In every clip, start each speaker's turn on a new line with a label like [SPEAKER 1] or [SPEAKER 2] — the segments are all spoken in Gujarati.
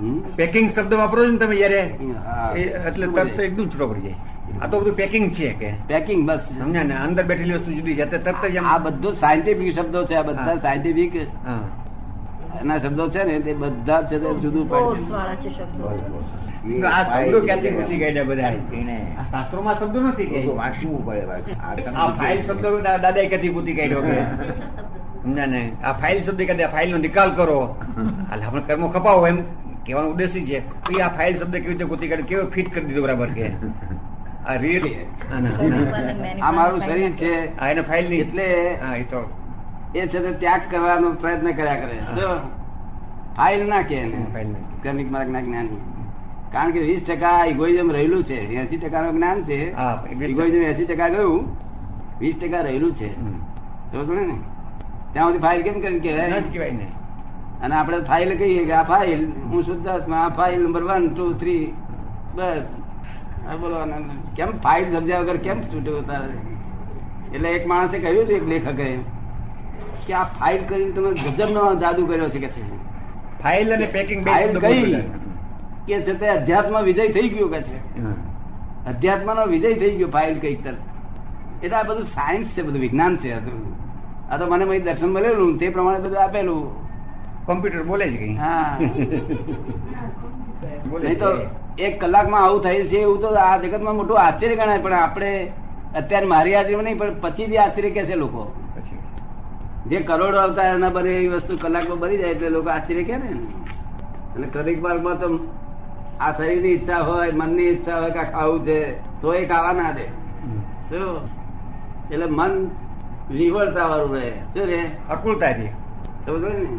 [SPEAKER 1] હમ?
[SPEAKER 2] પેકિંગ શબ્દ વાપરો છો ને તમે
[SPEAKER 1] હા.
[SPEAKER 2] જયારે એ- એટલે તરત એકદમ છૂટો પડી જાય આ તો બધું પેકિંગ છે કે
[SPEAKER 1] પેકિંગ બસ
[SPEAKER 2] સમજ્યા ને અંદર બેઠેલી વસ્તુ જુદી છે એટલે તરત જ એમ
[SPEAKER 1] આ બધું સાયન્ટિફિક શબ્દો છે આ બધા
[SPEAKER 2] હા.
[SPEAKER 1] સાયન્ટિફિક
[SPEAKER 2] હા.
[SPEAKER 1] એના શબ્દો છે ને તે બધા છે તે જુદું
[SPEAKER 3] કોર્સ
[SPEAKER 1] પડે
[SPEAKER 3] વાળા છે શબ્દો
[SPEAKER 2] આ શબ્દો ક્યાંથી ગૂંચી ગયા બધા આ શાસ્ત્રોમાં શબ્દો નથી કે આ ફાઇલ શબ્દ દા- દાદાએ ક્યાંથી ગૂંચી કાઢ્યો કે સમજ્યા ને આ ફાઇલ શબ્દ કદી આ ફાઇલનો નિકાલ કરો હાલ આપણે કર્મો ખપાવો એમ કહેવાનો ઉદ્દેશ ઈ છે ભઈ આ ફાઇલ શબ્દ કેવી રીતે ગૂંચી કાઢ્યો કેવો ફિટ કરી દીધો બરાબર કે આ really? ના, ના, ના.
[SPEAKER 1] આ મારું શરીર છે
[SPEAKER 2] આ એને ફાઇલ ની
[SPEAKER 1] એટલે
[SPEAKER 2] હા એ તો
[SPEAKER 1] એ છે તે ત્યાગ કરવાનો પ્રયત્ન કર્યા કરે જો ફાઇલ ના કે એને
[SPEAKER 2] ફાઇલ ની
[SPEAKER 1] કર્મિક માર્ગના જ્ઞાની કારણ કે વીસ ટકા ઇગોઇઝમ રહેલું છે એસી ટકાનું જ્ઞાન છે
[SPEAKER 2] હા, 20%
[SPEAKER 1] ઇગોઇઝમ એસી ટકા ગયું વીસ ટકા રહેલું છે
[SPEAKER 2] હમ.
[SPEAKER 1] સમજ પડે ને ત્યાં સુધી ફાઇલ કેમ કરીને
[SPEAKER 2] ના
[SPEAKER 1] કહેવાય
[SPEAKER 2] જ કહેવાય ને
[SPEAKER 1] અને આપણે ફાઇલ કહીએ કે આ ફાઇલ હું શુદ્ધાત્મા આ file number one two three બસ આ બોલવાના નથી. કેમ ફાઇલ સમજ્યા વગર કેમ છૂટ્યો તારે એટલે એક માણસે કહ્યું છે એક લેખકે કે આ ફાઇલ કરીને તમે ગજબનો જાદુ કર્યો છે કે છે
[SPEAKER 2] ફાઇલ અને પેકિંગ બે
[SPEAKER 1] ફાઇલ
[SPEAKER 2] શબ્દ
[SPEAKER 1] કઈ
[SPEAKER 2] બોલતા.
[SPEAKER 1] કે છે તે અધ્યાત્મ વિજય થઈ ગયો કે છે
[SPEAKER 2] હા.
[SPEAKER 1] અધ્યાત્મનો વિજય થઈ ગયો ફાઇલ કઈક તરફ એટલે આ બધું સાયન્સ છે બધું વિજ્ઞાન છે આ તો. આ તો મને પછી દર્શન મળેલું તે પ્રમાણે બધું આપેલું
[SPEAKER 2] કોમ્પ્યુટર બોલે છે કઈ
[SPEAKER 1] હા
[SPEAKER 2] બોલે
[SPEAKER 1] નહીં તો
[SPEAKER 2] છે.
[SPEAKER 1] એક કલાકમાં આવું થાય છે એવું તો આ જગતમાં મોટું આશ્ચર્ય ગણાય પણ આપણે અત્યારે મારી હાજરીમાં નહીં પણ પછી બી આશ્ચર્ય કે છે લોકો
[SPEAKER 2] પછી
[SPEAKER 1] જે કરોડો અવતાર એના બને એવી વસ્તુ કલાકમાં બની જાય એટલે લોકો આશ્ચર્ય કે ને અને કરેક માર્ગમાં તો આ શરીરની ઈચ્છા હોય મનની ઈચ્છા હોય કે આ ખાવું છે તો એ ખાવા ના દે
[SPEAKER 2] હમ.
[SPEAKER 1] જો એટલે મન લીવડતા વાળું રહે શું રે
[SPEAKER 2] અકુલતા છે
[SPEAKER 1] સમજ પડી ને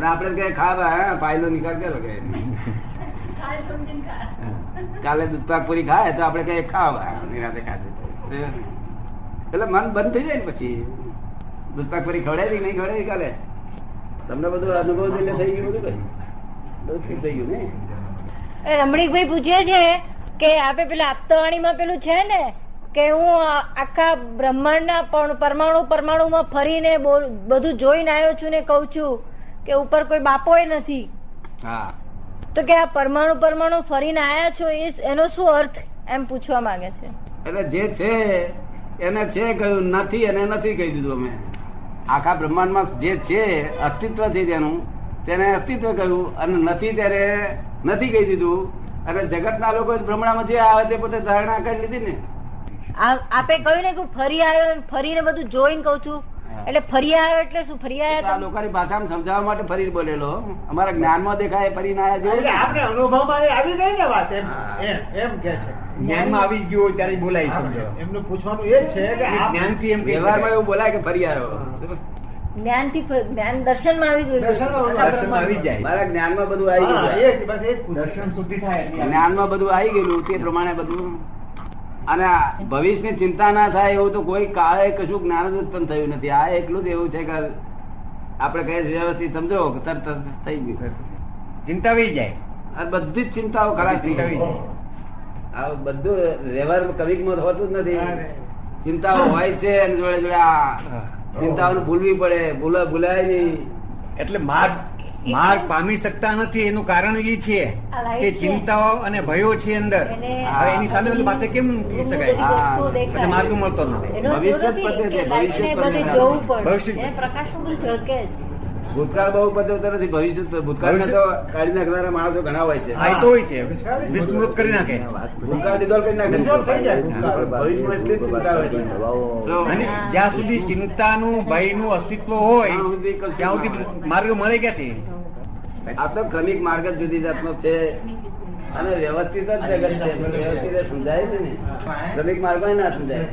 [SPEAKER 1] અને આપણે કઈ ખાવા હા પાયલો નિકાલ કરો કે
[SPEAKER 2] હા.
[SPEAKER 1] કાલે દૂધપાક પૂરી ખાય તો આપણે કઈ ખાવા નિરાતે ખાતે એટલે મન બંધ થઈ જાય ને પછી દૂધપાક પૂરી ખવડાવી કે નહીં ખવડાવી કાલે તમને બધું અનુભવ એટલે થઈ ગયું બધું કઈ બધું ફિટ થઈ ગયું ને
[SPEAKER 4] એ રમણીકભાઈ પૂછે છે કે આપે પેલા આપતાવાણીમાં પેલું છે ને કે હું આ- આખા બ્રહ્માંડના પણ પરમાણુ પરમાણુમાં ફરીને બોલ- બધું જોઈને આવ્યો છું ને કહું છું કે ઉપર કોઈ બાપોય નથી
[SPEAKER 1] હા
[SPEAKER 4] તો કે આ પરમાણુ પરમાણુ ફરીને આયા છો એ એનો શું અર્થ એમ પૂછવા માંગે છે
[SPEAKER 1] એટલે જે છે એને છે કહ્યું નથી એને નથી કહી દીધું અમે આખા બ્રહ્માંડમાં જે છે અસ્તિત્વ છે જેનું તેને અસ્તિત્વ કહ્યું અને નથી ત્યારે નથી કહી દીધું અને જગતના લોકો ભ્રમણામાં જે આવે તે પોતે ધારણા કરી લીધી ને
[SPEAKER 4] આ- આપે કહ્યું ને કે હું ફરી આવ્યો ને ફરીને બધું જોઈને કહું છું એટલે ફરી આવ્યો એટલે શું ફરી
[SPEAKER 1] એ તો આ
[SPEAKER 4] આવ્યા
[SPEAKER 1] લોકોની ભાષામાં સમજાવવા માટે ફરી બોલેલો અમારા જ્ઞાનમાં દેખાય ફરી ના આવ્યા
[SPEAKER 3] એટલે
[SPEAKER 1] જેવું.
[SPEAKER 3] આપણે અનુભવમાં એ આવી ગઈ ને વાત એમ
[SPEAKER 1] હા.
[SPEAKER 3] એમ એમ કે છે
[SPEAKER 2] જ્ઞાનમાં આવી ગયું હોય ત્યારે જ બોલાય
[SPEAKER 3] Ah,
[SPEAKER 2] સમજો
[SPEAKER 3] એમનું પૂછવાનું એ જ છે કે આ
[SPEAKER 2] જ્ઞાન થી એમ કહી
[SPEAKER 1] વ્યવહારમાં
[SPEAKER 2] શકાય.
[SPEAKER 1] એવું બોલાય કે ફરી આવ્યો
[SPEAKER 4] જ્ઞાન થી જ્ઞાન દર્શનમાં આવી ગયું
[SPEAKER 3] દર્શનમાં
[SPEAKER 4] છે.
[SPEAKER 2] દર્શનમાં આવી જાય
[SPEAKER 1] મારા જ્ઞાનમાં બધું આવી
[SPEAKER 3] હા,
[SPEAKER 1] ગયું
[SPEAKER 3] એ જ, બસ એ જ પૂછે.
[SPEAKER 1] જ્ઞાનમાં બધું આવી ગયેલું તે પ્રમાણે બધું અને આ ભવિષ્યની ચિંતા ના થાય એવું તો કોઈ કાળે કશું જ્ઞાન જ ઉત્પન્ન થયું નથી આ એકલું જ એવું છે કે આપણે કઈ વ્યવસ્થિત સમજો કે તરત જ થઈ ગયું
[SPEAKER 2] ચિંતા આવી જાય
[SPEAKER 1] આ બધી જ ચિંતાઓ ખરાબ થઈ
[SPEAKER 2] ચિંતા આવી
[SPEAKER 1] ગઈ
[SPEAKER 2] જાય
[SPEAKER 1] આ બધું વ્યવહાર કવિકમાં હોતું જ
[SPEAKER 3] અરે.
[SPEAKER 1] નથી ચિંતાઓ હોય છે અને જોડે જોડે આ
[SPEAKER 2] હા.
[SPEAKER 1] ચિંતાઓને ભૂલવી પડે ભૂલા ભૂલાય નહીં
[SPEAKER 2] એટલે માર્ગ માર્ગ પામી શકતા નથી એનું કારણ એ છે
[SPEAKER 4] આ લાઈટ
[SPEAKER 2] કે
[SPEAKER 4] છે.
[SPEAKER 2] ચિંતાઓ અને ભયો છે અંદર
[SPEAKER 4] એને-
[SPEAKER 2] હવે એની સામે ઓલી માટે કેમ કહી શકાય
[SPEAKER 1] હા.
[SPEAKER 4] વસ્તુઓ
[SPEAKER 2] એટલે
[SPEAKER 4] દેખાય.
[SPEAKER 2] માર્ગ મળતો નથી
[SPEAKER 4] એનો
[SPEAKER 1] ભવિષ્ય
[SPEAKER 4] જરૂરી
[SPEAKER 1] પદ્ધતિ,
[SPEAKER 4] કે
[SPEAKER 1] ભવિષ્ય
[SPEAKER 4] લાઈટને બધે
[SPEAKER 1] પદ્ધતિ.
[SPEAKER 4] જવું પડે
[SPEAKER 2] ભવિષ્ય.
[SPEAKER 4] એને પ્રકાશનું બધું ઝળકે જ
[SPEAKER 1] ભૂતકાળ બહુ બદલતો નથી ભવિષ્ય ભૂતકાળને તો કાઢી નાખનારા માણસો ઘણા હોય છે
[SPEAKER 2] હા એ તો હોય છે વિસ્તૃત કરી નાખે
[SPEAKER 1] ભૂતકાળ dissolve કરી નાખે
[SPEAKER 3] Dissolve થઈ જાય ભૂતકાળ.
[SPEAKER 1] ભવિષ્યમાં એટલી જ ચિંતા હોય છે. જો,
[SPEAKER 2] અને જ્યાં સુધી ચિંતાનું ભયનું અસ્તિત્વ હોય
[SPEAKER 1] ત્યાં સુધી કશું
[SPEAKER 2] ત્યાં
[SPEAKER 1] ના
[SPEAKER 2] સુધી
[SPEAKER 1] હોય.
[SPEAKER 2] માર્ગ મળે ક્યાંથી
[SPEAKER 1] આ તો ક્રમિક માર્ગ જ જુદી જાતનો છે અને વ્યવસ્થિત જ જગત છે વ્યવસ્થિત જ સમજાય છે ને ક્રમિક માર્ગમાં ના સમજાય